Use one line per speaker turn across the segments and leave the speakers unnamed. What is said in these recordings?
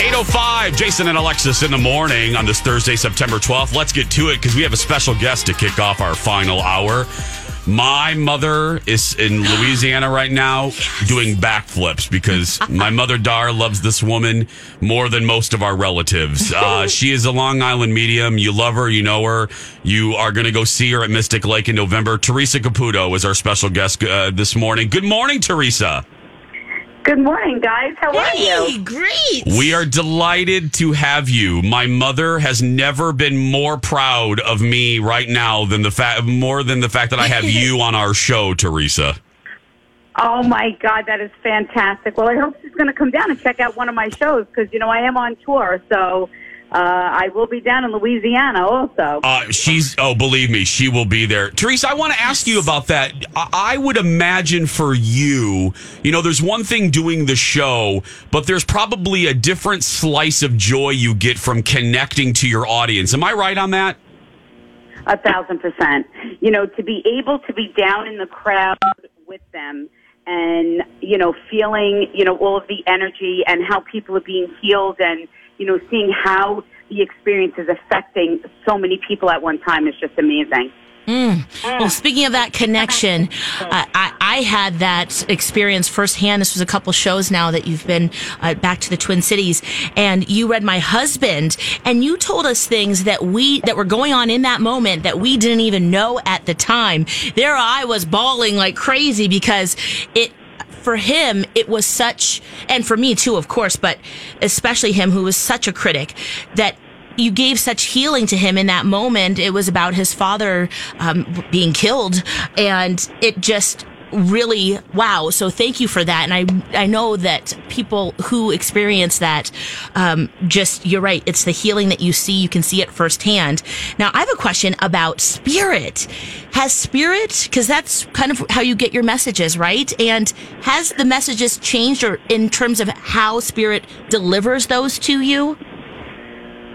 805, Jason and Alexis in the morning on this Thursday, September 12th. Let's get to it because we have a special guest to kick off our final hour. My mother is in Louisiana right now doing backflips because my mother, Dar, loves this woman more than most of our relatives. Uh, she is a Long Island medium. You love her, you know her. You are going to go see her at Mystic Lake in November. Teresa Caputo is our special guest uh, this morning. Good morning, Teresa.
Good morning, guys. How are you?
Hey, great.
We are delighted to have you. My mother has never been more proud of me right now than the fact more than the fact that I have you on our show, Teresa.
Oh my God, that is fantastic. Well, I hope she's going to come down and check out one of my shows because you know I am on tour, so uh, I will be down in Louisiana also.
Uh, she's oh, believe me, she will be there. Teresa, I want to ask you about that. I, I would imagine for you, you know, there's one thing doing the show, but there's probably a different slice of joy you get from connecting to your audience. Am I right on that?
A thousand percent. You know, to be able to be down in the crowd with them and, you know, feeling, you know, all of the energy and how people are being healed and, you know, seeing how the experience is affecting so many people at one time is just amazing.
Well, speaking of that connection, uh, I, I had that experience firsthand. This was a couple shows now that you've been uh, back to the Twin Cities, and you read my husband, and you told us things that we that were going on in that moment that we didn't even know at the time. There, I was bawling like crazy because it for him, it was such, and for me too, of course, but especially him who was such a critic that you gave such healing to him in that moment. It was about his father um, being killed, and it just really wow so thank you for that and i i know that people who experience that um just you're right it's the healing that you see you can see it firsthand now i have a question about spirit has spirit because that's kind of how you get your messages right and has the messages changed or in terms of how spirit delivers those to you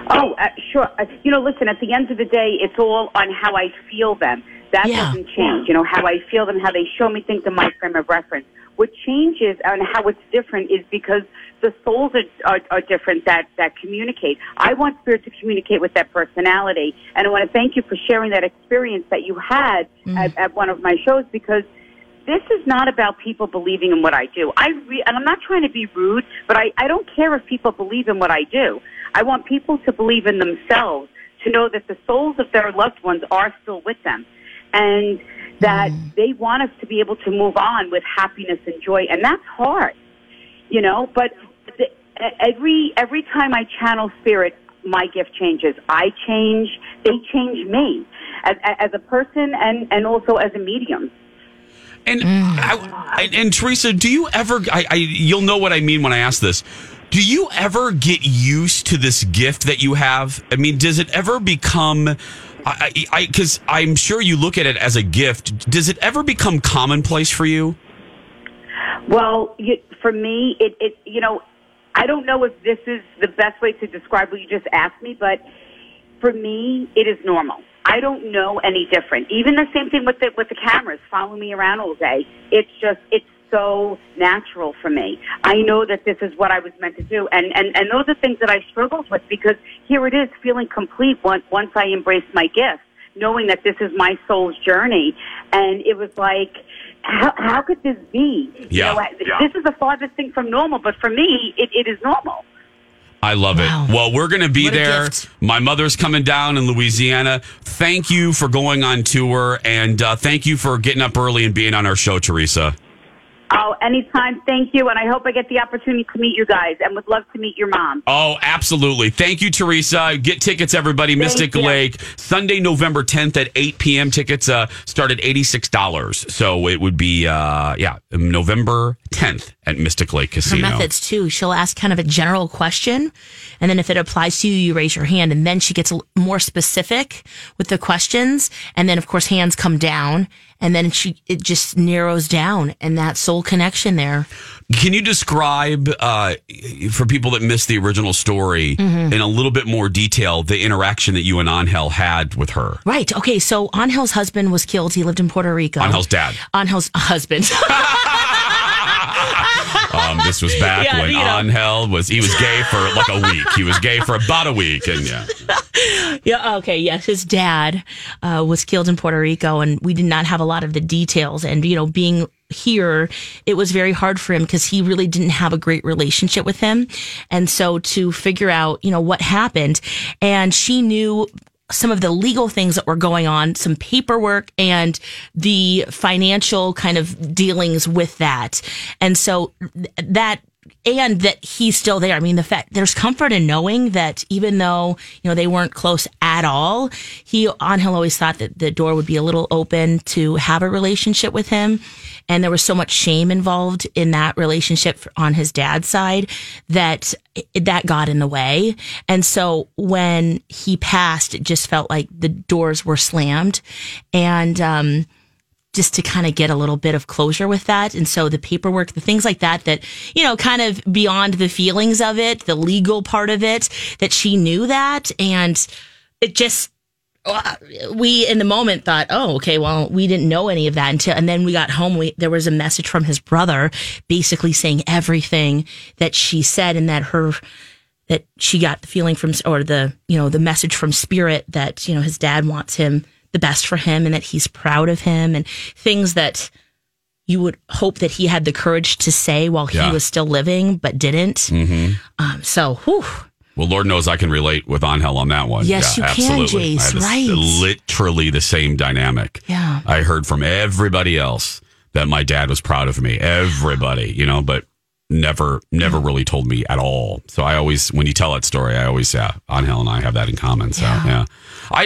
Oh, uh, sure. Uh, you know, listen, at the end of the day, it's all on how I feel them. That
Yeah.
doesn't change. You know, how I feel them, how they show me things in my frame of reference. What changes and how it's different is because the souls are, are, are different that, that communicate. I want spirit to communicate with that personality. And I want to thank you for sharing that experience that you had at, at one of my shows because this is not about people believing in what I do. I re- and I'm not trying to be rude, but I, I don't care if people believe in what I do. I want people to believe in themselves, to know that the souls of their loved ones are still with them, and that they want us to be able to move on with happiness and joy, and that's hard you know but the, e, every every time i channel spirit my gift changes i change they change me as, as a person and and also as a medium
And I, and, and Teresa, do you ever? I, I you'll know what I mean when I ask this. Do you ever get used to this gift that you have? I mean, does it ever become? I I- I because I'm sure you look at it as a gift. Does it ever become commonplace for you?
Well, you, for me, it, it you know, I don't know if this is the best way to describe what you just asked me, but for me, it is normal. I don't know any different. Even the same thing with the with the cameras, following me around all day. It's just it's so natural for me. I know that this is what I was meant to do, and and and those are things that I struggled with because here it is, feeling complete once once I embrace my gift knowing that this is my soul's journey. And it was like how, how could this be?
Yeah.
You know, This is the farthest thing from normal, but for me, it, it is normal.
I love
Wow.
it. Well, we're going to be
What a
there.
gift.
My mother's coming down in Louisiana. Thank you for going on tour and uh, thank you for getting up early and being on our show, Teresa.
Oh, anytime. Thank you. And I hope I get the opportunity to meet you guys and would love to meet your mom.
Oh, absolutely. Thank you, Teresa. Get tickets, everybody. Mystic
you.
Lake, Sunday, November 10th at 8 p.m. Tickets uh, start at $86. So it would be, uh, yeah, November 10th at Mystic Lake
Her
Casino.
methods too. She'll ask kind of a general question, and then if it applies to you, you raise your hand, and then she gets l- more specific with the questions, and then of course hands come down, and then she it just narrows down, and that soul connection there.
Can you describe, uh, for people that missed the original story,
Mm-hmm.
in a little bit more detail, the interaction that you and Angel had with her?
Right. Okay. So Angel's husband was killed. He lived in Puerto Rico.
Angel's dad.
Angel's husband.
Um, this was back
Yeah,
when
you know.
Angel was, he was gay for like a week. He was gay for about a week. And yeah.
Yeah. Okay. Yes. His dad uh, was killed in Puerto Rico, and we did not have a lot of the details. And you know, being here, it was very hard for him because he really didn't have a great relationship with him, and so to figure out, you know, what happened, and she knew some of the legal things that were going on, some paperwork and the financial kind of dealings with that. And so th- that and that he's still there. I mean, the fact there's comfort in knowing that even though, you know, they weren't close at all, he, Angel always thought that the door would be a little open to have a relationship with him. And there was so much shame involved in that relationship f- on his dad's side that that got in the way. And so when he passed, it just felt like the doors were slammed. And, um, just to kind of get a little bit of closure with that. And so the paperwork, the things like that, that, you know, kind of beyond the feelings of it, the legal part of it, that she knew that. And it just, uh, we in the moment thought, oh, okay, well, we didn't know any of that until, and then we got home. We, there was a message from his brother basically saying everything that she said and that her, that she got the feeling from or the you know the message from spirit that you know his dad wants him the best for him and that he's proud of him and things that you would hope that he had the courage to say while
Yeah.
he was still living but didn't um, so whew,
Well, Lord knows I can relate with Angel on that one.
Yes, you can, Jace,
I had this-
right.
Literally the same dynamic.
Yeah.
I heard from everybody else that my dad was proud of me. Everybody, you know, but never, never really told me at all. So I always, when you tell that story, I always, yeah, Angel and I have that in common. So yeah, I,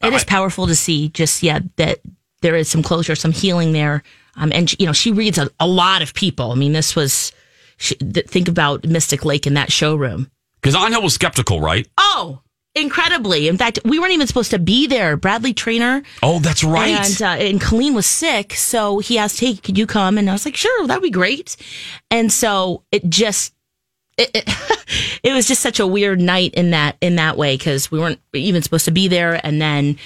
it is powerful to see just yeah that there is some closure some healing there um, and you know she reads a, a lot of people i mean this was she, th- think about mystic lake in that showroom
because Angel was skeptical, right?
oh incredibly in fact we weren't even supposed to be there bradley trainer
Oh, that's right.
And uh, and Colleen was sick, so he asked, "Hey, could you come?" And I was like, "Sure, that'd be great." And so it just it it, it was just such a weird night in that in that way because we weren't even supposed to be there, and then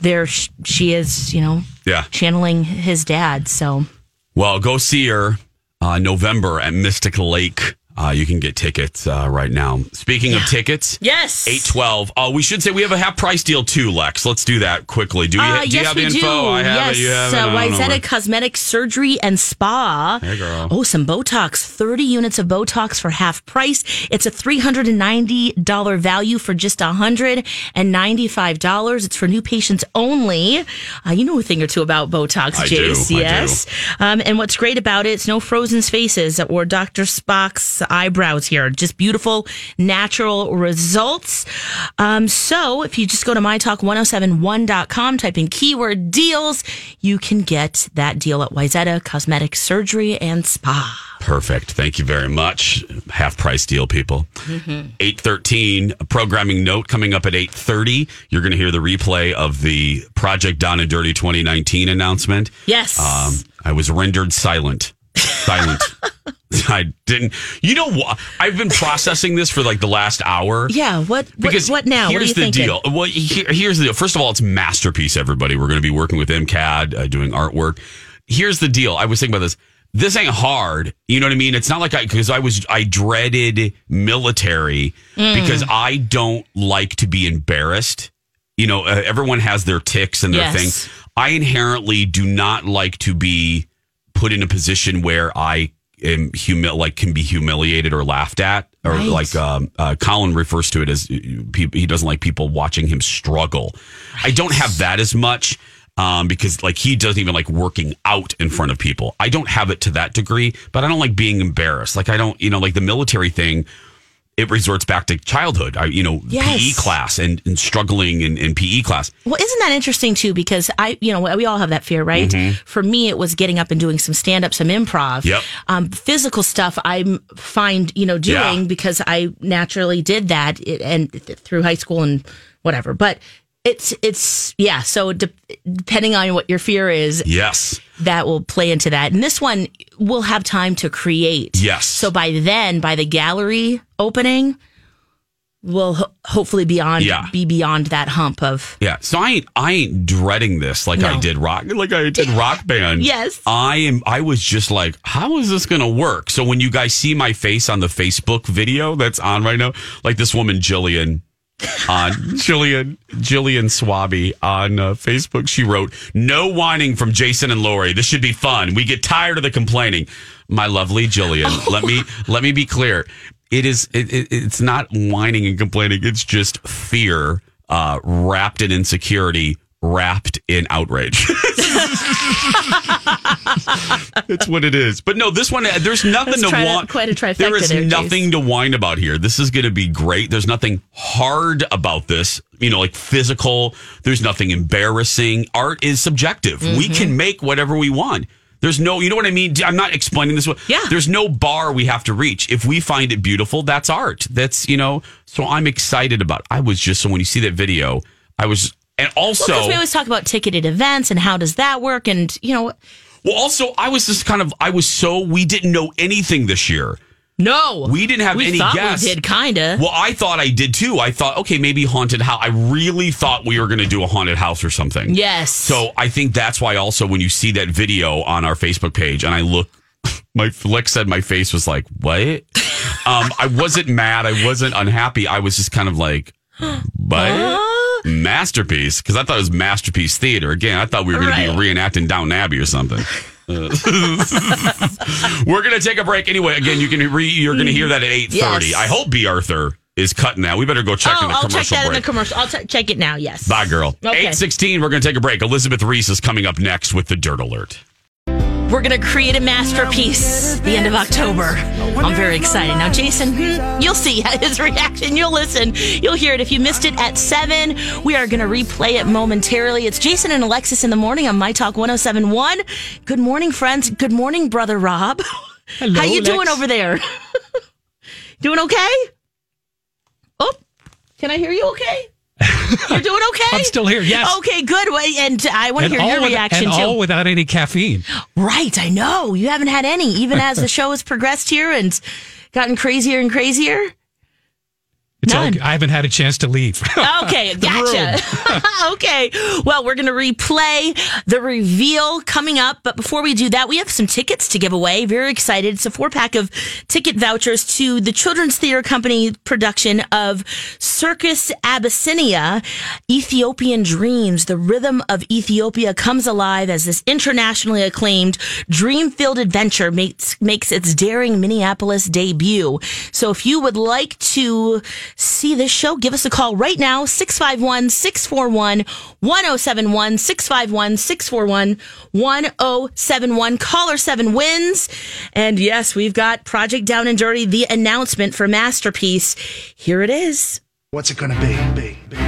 there sh- she is, you know,
yeah.
channeling his dad. So
Well, go see her uh, November at Mystic Lake. Uh, you can get tickets uh, right now. Speaking of tickets,
yes,
Eight twelve. Oh, we should say we have a half price deal too, Lex. Let's do that quickly. Do, we,
Uh,
do you
yes,
have
we
info?
do.
I have
yes,
it. You have it. I
uh,
don't know
Wyzetta
where-
Cosmetic Surgery and Spa.
Hey, girl.
Oh, some Botox. Thirty units of Botox for half price. It's a three hundred and ninety dollar value for just hundred and ninety five dollars. It's for new patients only. Uh, you know a thing or two about Botox,
I do,
Jace.
I do.
yes. Um, and what's great about it, it's no frozen faces or Dr. Spock's eyebrows here. Just beautiful, natural results. Um, so if you just go to mytalk1071.com, type in keyword deals, you can get that deal at Wyzetta Cosmetic Surgery and Spa.
Perfect. Thank you very much. Half price deal, people.
Mm-hmm.
Eight thirteen. A programming note coming up at eight thirty. You're going to hear the replay of the Project Down and Dirty 2019 announcement.
Yes.
Um, I was rendered silent. Silent. I didn't. You know what? I've been processing this for like the last hour.
yeah. What, what,
Because
what now? What are
Here's
you
the
thinking?
deal. Well, he- here's the deal. First of all, it's masterpiece. Everybody, we're going to be working with MCAD, uh, doing artwork. Here's the deal. I was thinking about this. This ain't hard. You know what I mean? It's not like I because I was I dreaded military
Mm.
because I don't like to be embarrassed. You know, uh, everyone has their ticks and their
Yes.
things. I inherently do not like to be put in a position where I am humil like can be humiliated or laughed at, or
Right.
like um, uh, Colin refers to it as uh, pe- he doesn't like people watching him struggle. I don't have that as much. Um, because like he doesn't even like working out in front of people. I don't have it to that degree, but I don't like being embarrassed. Like I don't, you know, like the military thing, it resorts back to childhood. I, you know,
Yes.
PE class and, and struggling in, in PE class.
Well, isn't that interesting too? Because I, you know, we all have that fear, right? For me, it was getting up and doing some stand up, some improv.
Mm-hmm. Yep.
Um, physical stuff I find, you know, doing
Yeah.
because I naturally did that i- and th- through high school and whatever. But it's, it's, yeah. So de- depending on what your fear is,
Yes.
that will play into that. And this one will have time to create.
Yes.
So by then, by the gallery opening, we'll ho- hopefully beyond,
Yeah.
be beyond that hump of,
Yeah. So I ain't I ain't dreading this like I
No.
did rock like I did rock band.
Yes.
I am I was just like, how is this gonna work? So when you guys see my face on the Facebook video that's on right now, like this woman Jillian on Uh, Jillian Jillian Swaby on uh, Facebook, she wrote, "No whining from Jason and Lori. This should be fun. We get tired of the complaining." My lovely Jillian, let me let me be clear. It is it, it, it's not whining and complaining. It's just fear uh, wrapped in insecurity, wrapped in outrage. That's what it is. But no, this one, there's nothing
That's
to
tri-
want.
quite a trifecta
There is
there, Jason.
nothing nothing to whine about here. This is going to be great. There's nothing hard about this, you know, like physical. There's nothing embarrassing. Art is subjective.
Mm-hmm.
We can make whatever we want. There's no, you know what I mean? I'm not explaining this. one.
Yeah.
There's no bar we have to reach. If we find it beautiful, that's art. That's, you know, so I'm excited about it. I was just, so when you see that video, I was, and also.
Because we always talk about ticketed events and how does that work, and you know,
Well, also, I was just kind of, I was so, we didn't know anything this year.
no,
We didn't have
we
any
thought
guess.
We did kinda.
Well, I thought I did too. I thought, okay, maybe haunted house. I really thought we were going to do a haunted house or something.
yes.
So I think that's why also when you see that video on our Facebook page and I look, my Lex said my face was like, what? um, I wasn't mad. I wasn't unhappy. I was just kind of like,
Uh,
but masterpiece because I thought it was masterpiece theater. Again, I thought we were going to
Right.
be reenacting Down Abbey or something. Uh, we're going to take a break anyway. Again, you can re- you're going to hear that at eight thirty.
Yes.
I hope B Arthur is cutting that. We better go check in
oh,
the
I'll
commercial
check that
break.
in the commercial. I'll t- check it now. Yes.
Bye, girl.
Okay.
Eight sixteen. We're going to take a break. Elizabeth Reese is coming up next with the Dirt Alert.
We're gonna create a masterpiece. The end of October. I'm very excited now, Jason. hmm, You'll see his reaction. You'll listen. You'll hear it. If you missed it at seven, we are gonna replay it momentarily. It's Jason and Alexis in the morning on My Talk 1071. Good morning, friends. Good morning, brother Rob. How you doing over there? doing okay? Oh, can I hear you okay? You're doing okay?
I'm still here, yes.
Okay, good. Well, And I want to
And
hear
all
your
with-
reaction
and
too.
all without any caffeine.
Right, I know. You haven't had any, even as the show has progressed here and gotten crazier and crazier.
It's all,
None.
I haven't had a chance to leave.
Okay, gotcha. okay. Well, we're going to replay the reveal coming up. But before we do that, we have some tickets to give away. Very excited. It's a four pack of ticket vouchers to the Children's Theater Company production of Circus Abyssinia, Ethiopian Dreams. The rhythm of Ethiopia comes alive as this internationally acclaimed dream filled adventure makes, makes its daring Minneapolis debut. So if you would like to see this show, give us a call right now 651 641 1071. 651 641 1071. Caller 7 wins. And yes, we've got Project Down and Dirty, the announcement for Masterpiece. Here it is.
What's it gonna be?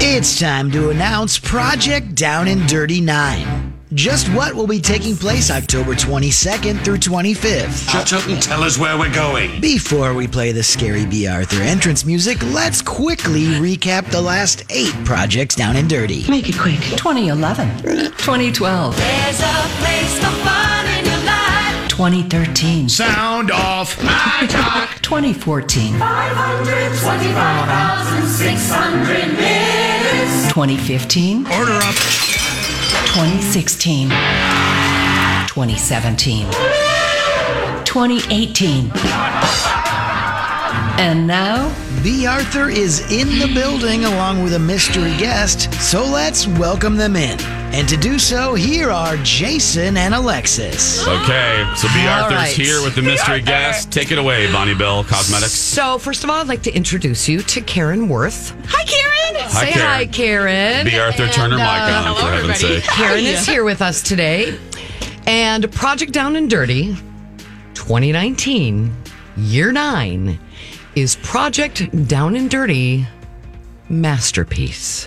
It's time to announce Project Down and Dirty 9. Just what will be taking place October 22nd through 25th?
Shut up and tell us where we're going.
Before we play the scary B. Arthur entrance music, let's quickly recap the last eight projects Down and Dirty.
Make it quick. 2011, 2012. There's a place for fun in your life. 2013,
Sound off. My talk.
2014,
525,600 minutes.
2015,
Order up.
2016, 2017, 2018. And now,
B. Arthur is in the building along with a mystery guest, so let's welcome them in. And to do so, here are Jason and Alexis.
Okay, so B.
All
Arthur's
right.
here with the mystery guest. Take it away, Bonnie Bell Cosmetics.
So, first of all, I'd like to introduce you to Karen Worth.
Hi, Karen.
Hi,
Say
Karen.
hi, Karen.
B. Arthur, turn her mic on,
hello,
for heaven's
everybody.
sake.
Karen is here with us today. And Project Down and Dirty 2019, year nine, is Project Down and Dirty Masterpiece.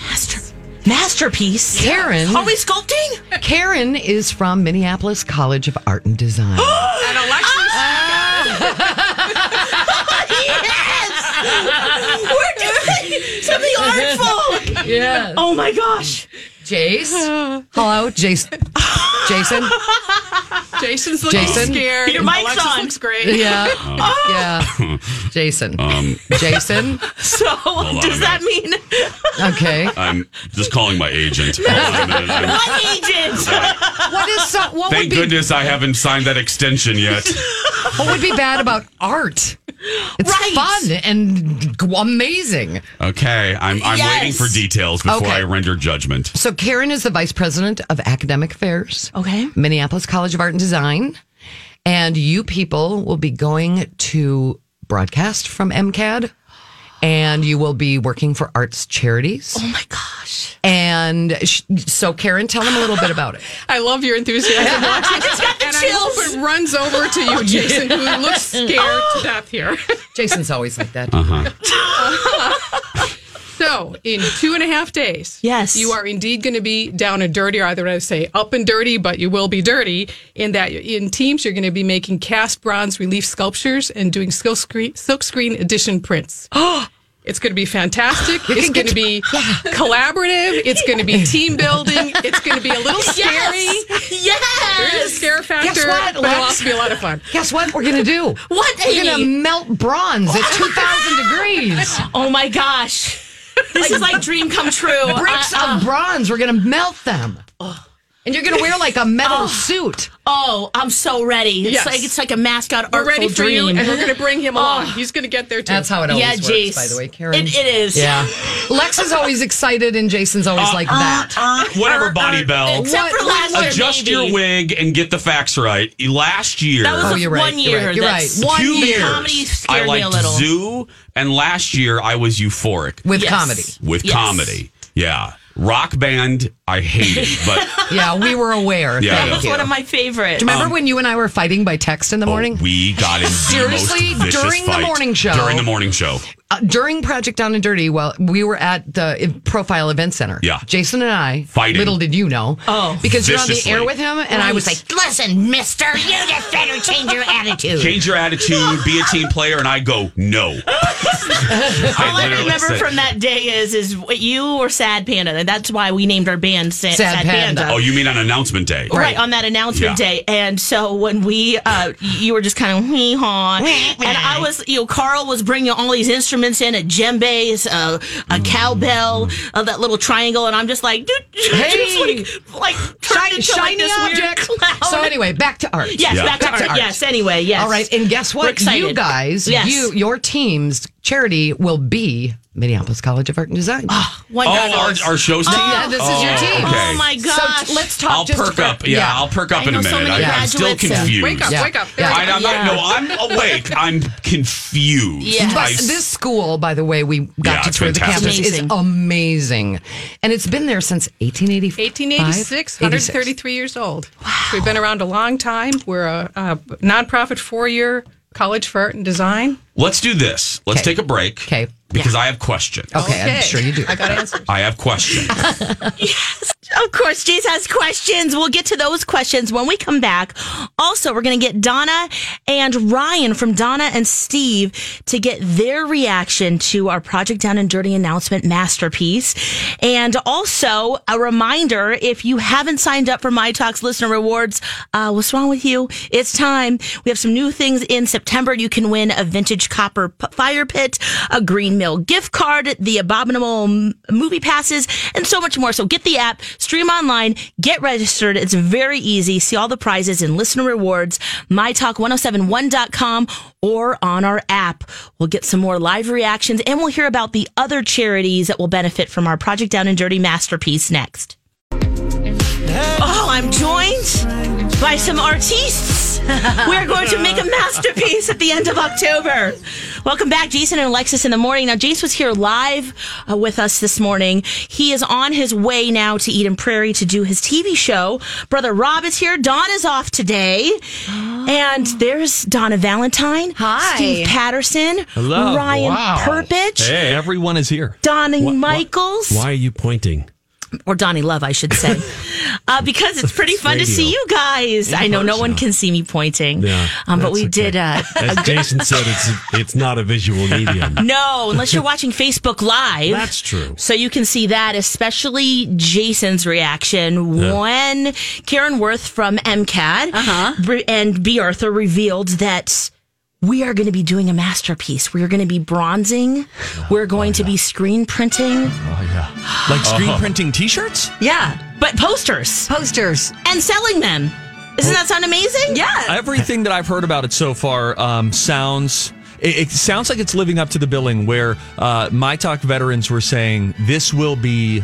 Master, masterpiece.
Karen.
Are we sculpting?
Karen is from Minneapolis College of Art and Design.
And Alexis.
Ah! yes. We're doing something artful.
yes.
Oh my gosh.
Jace. Hello, Jason. Jason.
Jason's looking
Jason?
scared.
Your mic's
Alexis
on.
looks great.
Yeah. Yeah. Jason.
Uh.
Um,
Jason.
So does
a
that mean
Okay.
I'm just calling my agent. Hold on a minute. I'm-
what agent?
What is so, what would
Thank
be
goodness I haven't signed that extension yet.
what would be bad about art? It's
Right.
fun and g- amazing.
Okay, I'm, I'm
Yes.
waiting for details before
Okay.
I render judgment.
So Karen is the vice president of academic affairs.
Okay.
Mm.
Minneapolis College of Art and Design. And you people will be going to broadcast from MCAD and you will be working for arts charities.
Oh my gosh.
And sh- so, Karen, tell them a little bit about it.
I love your enthusiasm. I just got
the
and I hope
chills. Oh.
it runs over to you, Jason, who looks scared to death here.
Jason's always like that.
So, in two and a half days,
Yes.
you are indeed going to be down and dirty, or either I say up and dirty, but you will be dirty. In that, in teams, you're going to be making cast bronze relief sculptures and doing silk screen, silk screen edition prints. It's going to be fantastic. It's going to be collaborative. It's going to be team building. It's going to be a little scary. There is a
Yes.
scare factor,
Guess what,
but it'll
Lex?
also be a lot of fun.
Guess what? We're going to do.
What,
We're going to
Amy?
melt bronze at 2,000 degrees.
Oh my gosh. This is like dream come true.
bricks
Uh,
Uh-uh.
of bronze. We're going to melt them. And you're going to wear like a metal suit.
oh, I'm so ready. It's
Yes.
like it's like a mascot
We're
artful
ready for you,
dream. Oh,
and we're going to bring him along. He's going to get there too.
That's how it always
yeah,
works,
Jace.
by the way, Karen.
It, it is.
yeah. Lex is always excited and Jason's always
Uh-uh.
like that.
Uh,
uh,
Whatever, Bonnie Bell.
Except for
What-
last year.
Adjust
maybe.
your wig and get the facts right. E, Last year,
That was
Oh,
the
you're right,
one
you're
year.
right, you're
that's-
right. One
two
year.
Comedy
years,
scared
I
me
liked
a little.
Zoo, and last year I was euphoric
With
Yes.
comedy.
Uh-uh.
with
Yes.
comedy. Yeah, rock band I hated, but
Yeah, we were aware.
Yeah,
Thank
yeah.
That was
you.
one of my favorites.
Do you remember when you and I were fighting by text in the morning?
Um, oh, we got in
Seriously?
the most vicious
During the
fight.
morning show.
During the morning show,
Uh, during Project Down and Dirty, well, we were at the I- Profile Event Center.
Yeah.
Jason and I,
Fighting.
little did you know.
Oh.
Because you're on the
Viciously.
air with him, and I was like,
listen, mister, you just better change your attitude.
change your attitude, be a team player, and I go no.
Oh,
All I
literally
remember
said-
from that day is is what you were Sad Panda, and that's why we named our band Sa- Sad, Panda.
Oh, you mean on announcement day?
Right. on that announcement
Yeah.
day, and so when we, uh, you were just kind of hee haw, and I was, you know, Carl was bringing all these instruments in, a djembe, uh, a
Mm.
cowbell, uh, that little triangle, and I'm just like, dude,
Hey.
just like, like turned into like
shiny
this
object.
weird cloud.
So anyway, back to art.
yes,
Yeah.
back to
Back to
art.
art.
Yes, anyway, yes.
All right, and guess
We're
what?
excited.
You guys,
Yes.
you your team's charity will be Minneapolis College of Art and Design.
One
Oh,
dollar.
our, our show's team.
yeah, this is your team.
okay.
Oh my
So
gosh!
t- let's talk.
I'll
just
perk
for-
up. Yeah, I'll perk up
I
in
know
a
so
minute.
many
I, am still
graduates, uh,
confused.
Wake up,
Yeah.
wake up.
Yeah.
I, am
Yeah.
no, I'm awake. I'm confused.
Yes.
I
But
s-
this school, by the way, we got
Yeah,
to
it's
tour the
fantastic.
campus is
Amazing.
amazing, and it's been there since 1885.
1886, 133 years old. We've been around a long time. We're a, a nonprofit four year college for art and design.
let's do this. Let's
Okay.
take a break.
Okay.
Because I have questions.
Okay, I'm
Okay.
sure you do.
I got answers.
I have questions.
Of course, Jace has questions. We'll get to those questions when we come back. Also, we're going to get Donna and Ryan from Donna and Steve to get their reaction to our Project Down and Dirty announcement masterpiece. And also, a reminder if you haven't signed up for My Talks Listener Rewards, uh, what's wrong with you? It's time. We have some new things in September. You can win a vintage huge copper p- fire pit, a Green Mill gift card, the abominable m- movie passes, and so much more. So get the app, stream online, get registered. It's very easy. See all the prizes and listener rewards, mytalk1071.com or on our app. We'll get some more live reactions and we'll hear about the other charities that will benefit from our Project Down and Dirty masterpiece next. Oh, I'm joined by some artists. We're going to make a masterpiece at the end of October. Welcome back, Jason and Alexis in the morning. Now, Jason was here live uh, with us this morning. He is on his way now to Eden Prairie to do his TV show. Brother Rob is here. Don is off today. And there's Donna Valentine. Hi. Steve Patterson.
Hello.
Ryan
Wow.
Perpich.
Hey, everyone is here.
Donnie Michaels.
Why are you pointing?
or Donnie Love, I should say, uh, because it's pretty fun to
radio.
see you guys.
In
I know no one can see me pointing,
Yeah,
um, but
that's
we did. Uh,
As Jason said, it's it's not a visual medium.
no, unless you're watching Facebook Live.
That's true.
So you can see that, especially Jason's reaction when Karen Worth from MCAD
Uh-huh.
re- and B. Arthur revealed that we are going to be doing a masterpiece. We are going to be bronzing.
Oh,
We're going to be screen printing.
Like screen printing T-shirts.
Yeah, but posters
Posters.
and selling them. Doesn't that sound amazing? Yeah.
Everything that I've heard about it so far um, sounds. It, it sounds like it's living up to the billing where uh, my talk veterans were saying this will be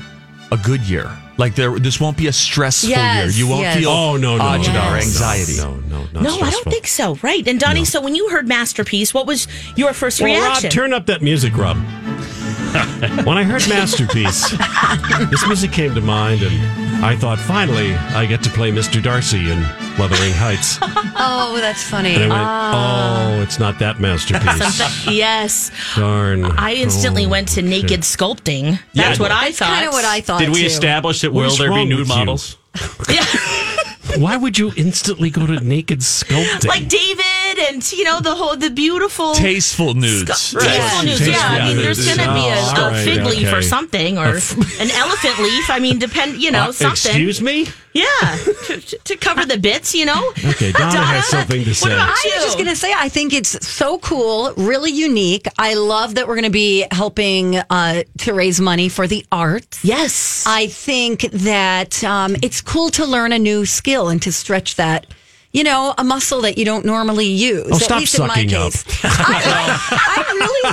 a good year. Like there, this won't be a stressful
Yes,
year. You won't
yes.
feel
Oh,
no, no,
no, no,
or
no,
anxiety. No, no, no.
No, I don't think so. Right. And Donnie, so when you heard Masterpiece, what was your first reaction?
Rob, turn up that music, Rob. when I heard Masterpiece, this music came to mind, and I thought, finally, I get to play Mr. Darcy in Wuthering Heights.
Oh, that's funny.
And I went, oh, it's not that masterpiece.
Something- yes.
Darn.
I instantly
Oh,
went to naked
shit.
sculpting.
Yeah,
That's what I
That's
thought.
kind of what I thought.
Did we
too.
establish that
will
What's
there be
wrong
nude
with you?
models?
Why would you instantly go to naked sculpting?
like David and you know the whole the beautiful
Tasteful nudes.
Tasteful
Yes.
news,
Tasteful
yeah. I mean, there's
news.
going to be a,
Oh,
a
alright,
fig leaf or
okay.
something, or an elephant leaf. I mean, depend, you know,
Uh,
something.
Excuse me?
Yeah, to, to cover the bits, you know.
Okay, Donna has something to
What
say.
about
I
you?
was just going to say, I think it's so cool, really unique. I love that we're going to be helping uh, to raise money for the arts.
yes,
I think that um, it's cool to learn a new skill and to stretch that, you know,
um,
a muscle that you don't normally use.
Oh,
at
stop
least in my
sucking up.
case. I, like, I really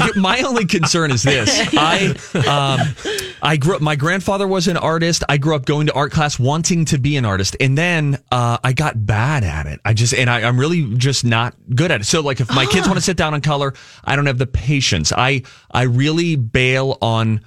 like it.
my only concern is this. I um, I grew up. My grandfather was an artist. I grew up going to art class, wanting to be an artist, and then uh, I got bad at it. I just and I, I'm really just not good at it. So like, if my
Ah.
kids want to sit down and color, I don't have the patience. I I really bail on.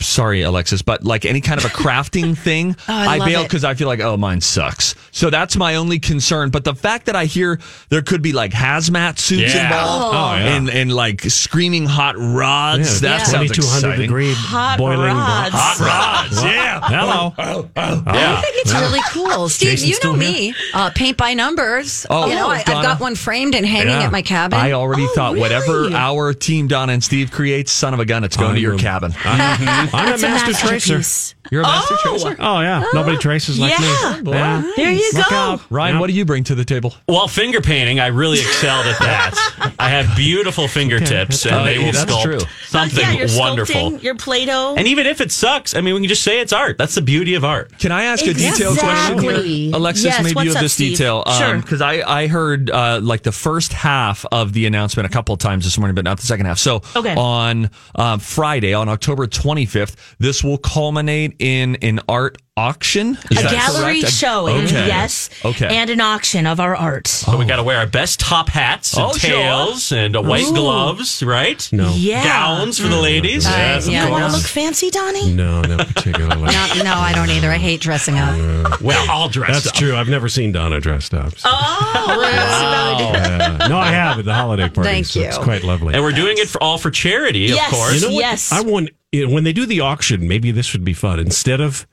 Sorry, Alexis, but like any kind of a crafting thing,
Oh, I love
bail
it.
because I feel like, oh, mine sucks. So that's my only concern. But the fact that I hear there could be like hazmat suits
Yeah.
involved
Oh. Oh, yeah.
and and like screaming hot rods.
Yeah,
that sounds
2200
exciting. Ah,
degree
Hot
boiling
rods.
hot rods.
Wow.
Yeah.
Hello.
I think it's really cool. Steve,
Jason's
you
still
know
here?
me. Uh, paint by numbers.
Oh,
you know, I, I've
Donna.
got one framed and hanging
Yeah.
at my cabin.
I already
Oh,
thought whatever
really?
our team Donna and Steve creates, son of a gun, it's going to
I'm
your
a-
cabin.
I'm a
It's a
master tracer.
masterpiece.
You're a master
Oh!
tracer.
Oh, yeah. Nobody traces like
Yeah.
me.
There you
Look
go.
out.
Ryan, what do you bring to the table?
Well, finger painting, I really excelled at that. I have beautiful fingertips, and
Oh,
they will
that's
sculpt
true.
something
yeah, you're
wonderful.
Sculpting, your Play-Doh.
And even if it sucks, I mean, we can just say it's art. That's the beauty of art.
Can I ask a detailed question
Exactly.
here? Alexis,
Yes,
maybe
what's
you have
up,
this
Steve?
detail.
Sure.
Because I, I heard uh, like the first half of the announcement a couple of times this morning, but not the second half. So
Okay.
on um, Friday, on October 25th, this will culminate in an art auction. Is
a
that
gallery
correct? A-
showing,
Okay.
yes,
Okay.
and an auction of our art.
So we
Oh.
got to wear our best top hats and
Oh, sure.
tails and uh, white
Ooh. Ah.
gloves, right?
No.
Yeah,
Gowns
Mm.
for the ladies.
Uh,
Yes, of
yeah.
You want
course.
to look fancy, Donnie?
No, not particularly.
Not- no, I don't either. I hate dressing up.
Well, all dressed
That's
up.
true. I've never seen Donna dressed up. so-
Oh,
Yeah. No, I have at the holiday party.
Thank
so It's
you.
quite lovely.
And we're doing it for all for charity,
Yes.
of course.
You know-
what?
Yes.
I want you know, when they do the auction. Maybe this would be fun instead of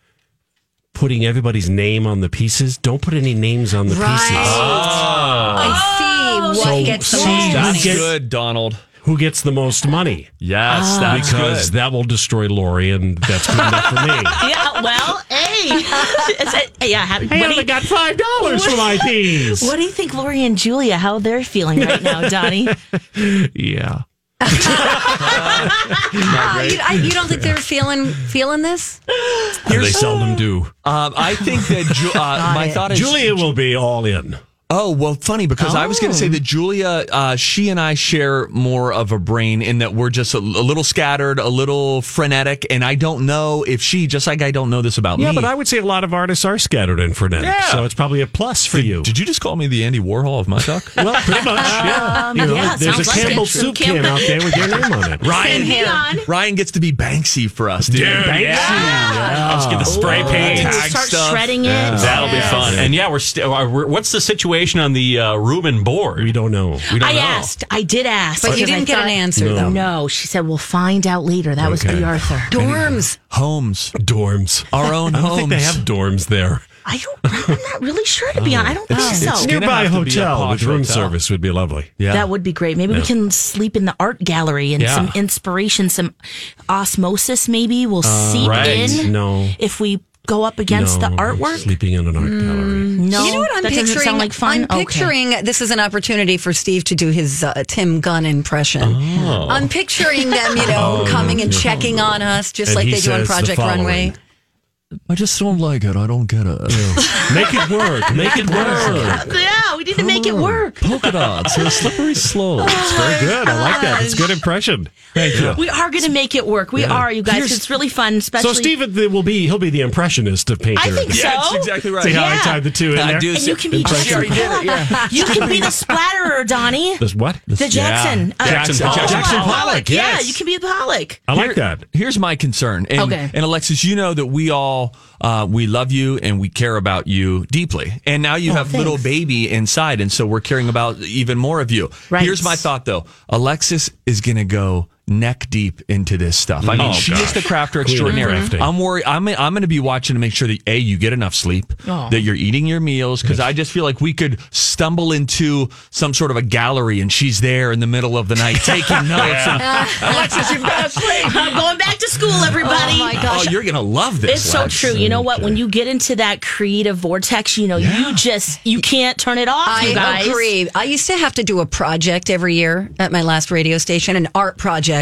putting everybody's name on the pieces. Don't put any names on the
Right.
Ah.
pieces.
Ah.
I see what
So
gets the
see,
most
you
money.
That's
get-
good, Donald.
who gets the most money.
Yes, Ah. that's
because
good.
that will destroy Lori, and that's good enough for me.
yeah, well, hey. Is it- yeah, how,
I only got $5 for my peas.
What do you think Lori and Julia, how they're feeling right now, Donnie?
Yeah.
Uh, you, I, you don't think they're feeling feeling this?
they seldom do.
Um, I think that Ju- uh, my
it.
thought is
Julia will be all in.
Oh well, funny because I was going to
Oh.
say that Julia, uh, she and I share more of a brain in that we're just a, a little scattered, a little frenetic, and I don't know if she, just like I don't know this about
Yeah,
me.
but I would say a lot of artists are scattered and frenetic,
Yeah.
so it's probably a plus for you.
Did you just call me the Andy Warhol of my talk?
well, pretty much. Yeah,
Um,
You know,
yeah,
there's a
sounds like it.
Campbell soup
Campbell-
can out there with your name on it.
Ryan,
Send him on.
Ryan gets to be Banksy for us, dude.
Dude, Banksy.
Yeah.
I'll just get the spray paint.
Tag
Oh, Start
stuff.
shredding it.
That'll be fun. And yeah, we're still. What's the situation on the uh, room and board? We
don't know.
We don't
I
know.
asked. I did ask.
But you
because I
didn't get an
thought-
answer,
No.
though.
No, she said, we'll find out later. That was
Okay.
the Arthur.
Dorms.
Homes,
dorms,
our own
I don't think they
homes.
have dorms there.
I don't, I'm not really sure, to
Oh.
be honest. I don't think
It's-
so.
it's
gonna
nearby
have to be a
hotel
posh
with room
hotel.
service would be lovely. Yeah,
That would be great. Maybe we
Yeah.
can sleep in the art gallery and
Yeah.
some inspiration, some osmosis maybe will seep
Uh, right.
in
No.
if we go up against
No,
the artwork. Hmm.
Sleeping in an art gallery.
No,
you know what I'm
that
picturing?
doesn't sound like fun.
I'm
Okay.
picturing this is an opportunity for Steve to do his uh, Tim Gunn impression. I'm picturing them, you know,
Oh,
coming and
yeah.
checking on us, just
And
like
he
they do on
says the
Project
following.
Runway.
I just don't like it. I don't get it.
Make it work. Make it work.
Yeah, we need to make it work. Oh
Polka dots. They're slippery slope.
It's very good. I like that. It's a good impression. Thank you.
We are going to make it work. We are, you guys.
Here's-
it's really fun, especially.
So Steven th- will be he'll be the impressionist of painter.
I think so.
Yeah, that's exactly right.
See how I
Yeah.
tied the two in
I
there?
do
And you can be
Impression.
She already did it, yeah.
You can be the splatterer, Donnie.
This what?
The Jackson. uh,
Jackson Pollock. Jackson Pollock,
Yeah,
yes.
you can be the Pollock.
I like that.
Here's my concern. And,
Okay.
and Alexis, you know that we all uh, we love you and we care about you deeply. And now you
Oh,
have little
thanks.
baby inside, and so we're caring about even more of you.
Right.
Here's my thought though. Alexis is gonna go neck deep into this stuff. I mean,
Oh,
she
gosh.
is the crafter
of
extraordinaire.
crafting.
I'm worried. I'm I'm gonna be watching to make sure that a you get enough sleep,
Oh.
that you're eating your meals, because I just feel like we could stumble into some sort of a gallery and she's there in the middle of the night taking notes. and-
Alexis, you've got to sleep. I'm going back to school, everybody.
Oh my gosh.
Oh, you're gonna love this.
It's so
Lex.
true. You know what? When you get into that creative vortex, you know, you just you can't turn it off, you
I
guys.
agree. I used to have to do a project every year at my last radio station, an art project,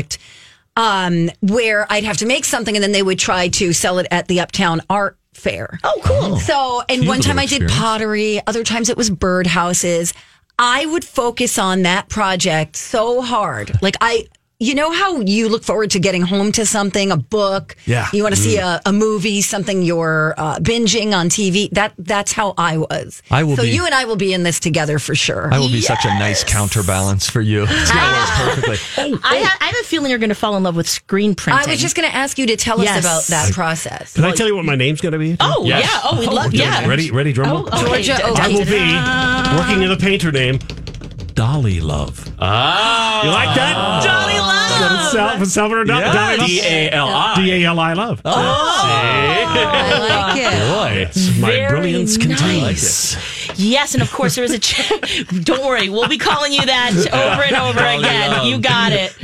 um, where I'd have to make something and then they would try to sell it at the Uptown Art Fair.
Oh, cool.
So, and
Huge
one time I
little
did
experience.
pottery, other times it was birdhouses. I would focus on that project so hard. Like, I, you know how you look forward to getting home to something, a book.
Yeah. Mm-hmm.
You want to see a, a movie, something you're uh, binging on TV. That that's how I was.
I will
So
be-
you and I will be in this together for sure.
I will be such a nice counterbalance for you. It's gonna work perfectly.
Ah. Oh, I, ha- I have a feeling you're going to fall in love with screen printing.
I was just going to ask you to tell
Yes.
us about that process.
Can I tell you what my name's going to be?
Oh, yeah. Oh, we'd love-
okay.
yeah. Oh,
Ready, ready, drum roll.
okay.
Georgia
Da-
Oak.
da-
I will
da-
be working in the painter name Dolly Love.
Ah,
You like that?
Oh. Dolly Love.
That's Sal- Salvador Dal-
Yeah.
Dolly Love.
D-A-L-I.
D-A-L-I Love.
Oh.
I like it.
Boy, it's my
Very
brilliance
nice.
continues.
Yes, and of course there is a. Ch- Don't worry, we'll be calling you that over and over
Dolly
again.
Love.
You got it.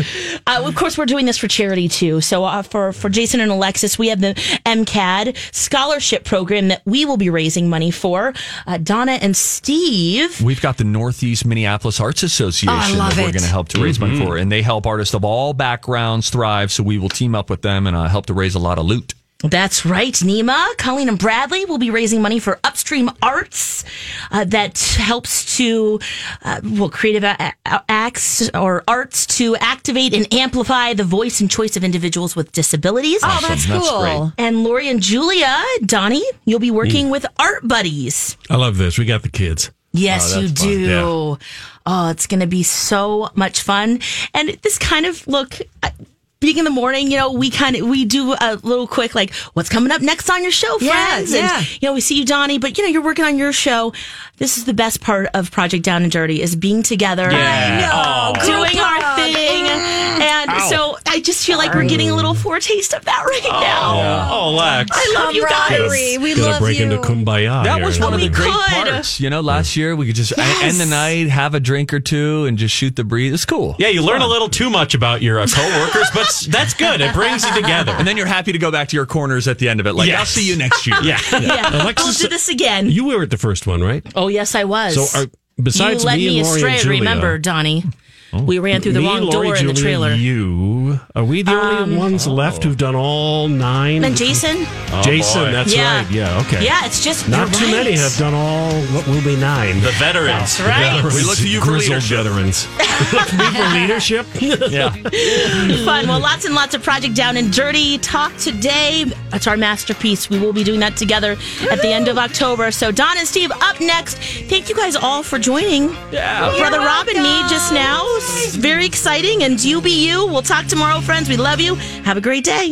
Uh, of course, we're doing this for charity too. So uh, for for Jason and Alexis, we have the MCAD scholarship program that we will be raising money for. Uh, Donna and Steve.
We've got the Northeast Minneapolis Arts Association
Oh, I love
that we're
it.
going to help to raise money for, and they help artists of all backgrounds thrive. So we will team up with them and uh, help to raise a lot of loot.
That's right, Nima. Colleen and Bradley will be raising money for Upstream Arts uh, that helps to, uh, well, creative a- a- acts or arts to activate and amplify the voice and choice of individuals with disabilities.
Oh, that's
Awesome. That's
cool.
great.
And Lori and Julia, Donnie, you'll be working with Art Buddies.
I love this. We got the kids.
Yes,
Oh,
you
that's fun.
do.
Yeah.
Oh, it's going to be so much fun. And this kind of look, I- being in the morning, you know, we kind of we do a little quick like, what's coming up next on your show,
Yeah,
friends?
yeah.
And you know, we see you, Donnie, but you know, you're working on your show. This is the best part of Project Down and Dirty is being together,
Yeah. I
know.
doing
Group
our
hug.
thing, and
Wow.
So I just feel like we're getting a little foretaste of that right now.
Oh, Lex.
I love you guys.
Gonna- gonna break into kumbaya.
That
here.
was one of the great
could.
parts. You know, last year we could just e-
Yes.
end the night, have a drink or two, and just shoot the breeze. It's cool.
Yeah, you
It's
learn a
fun.
little too much about your uh, coworkers, but s- that's good. It brings you together.
And then you're happy to go back to your corners at the end of it. Like, I'll
Yes.
see you next year.
Yeah.
Yeah, I'll
Alexis,
do this again.
you were at the first one, right?
Oh yes, I was.
So, are- besides
you led
me
me
and Lori
astray.
and Julia- Oh.
remember, Donnie, we ran through the
Me,
wrong
Lori,
door in the
Julia,
trailer.
You are we the
Um,
only ones left
Oh.
who've done all nine?
And Jason.
Oh,
Jason, that's
Yeah.
right. Yeah, okay.
Yeah, it's just
not
you're
too
right.
many have done all. What will be nine?
The veterans.
The
Right.
veterans.
We
look to you for
Grizzled
leadership.
veterans. Look to me for leadership. yeah.
Fun. Well, lots and lots of Project Down and Dirty talk today. That's our masterpiece. We will be doing that together at the end of October. So, Don and Steve up next. Thank you guys all for joining. Yeah. Brother Rob and me just now. It's very exciting. And you be you. We'll talk tomorrow, friends. We love you. Have a great day.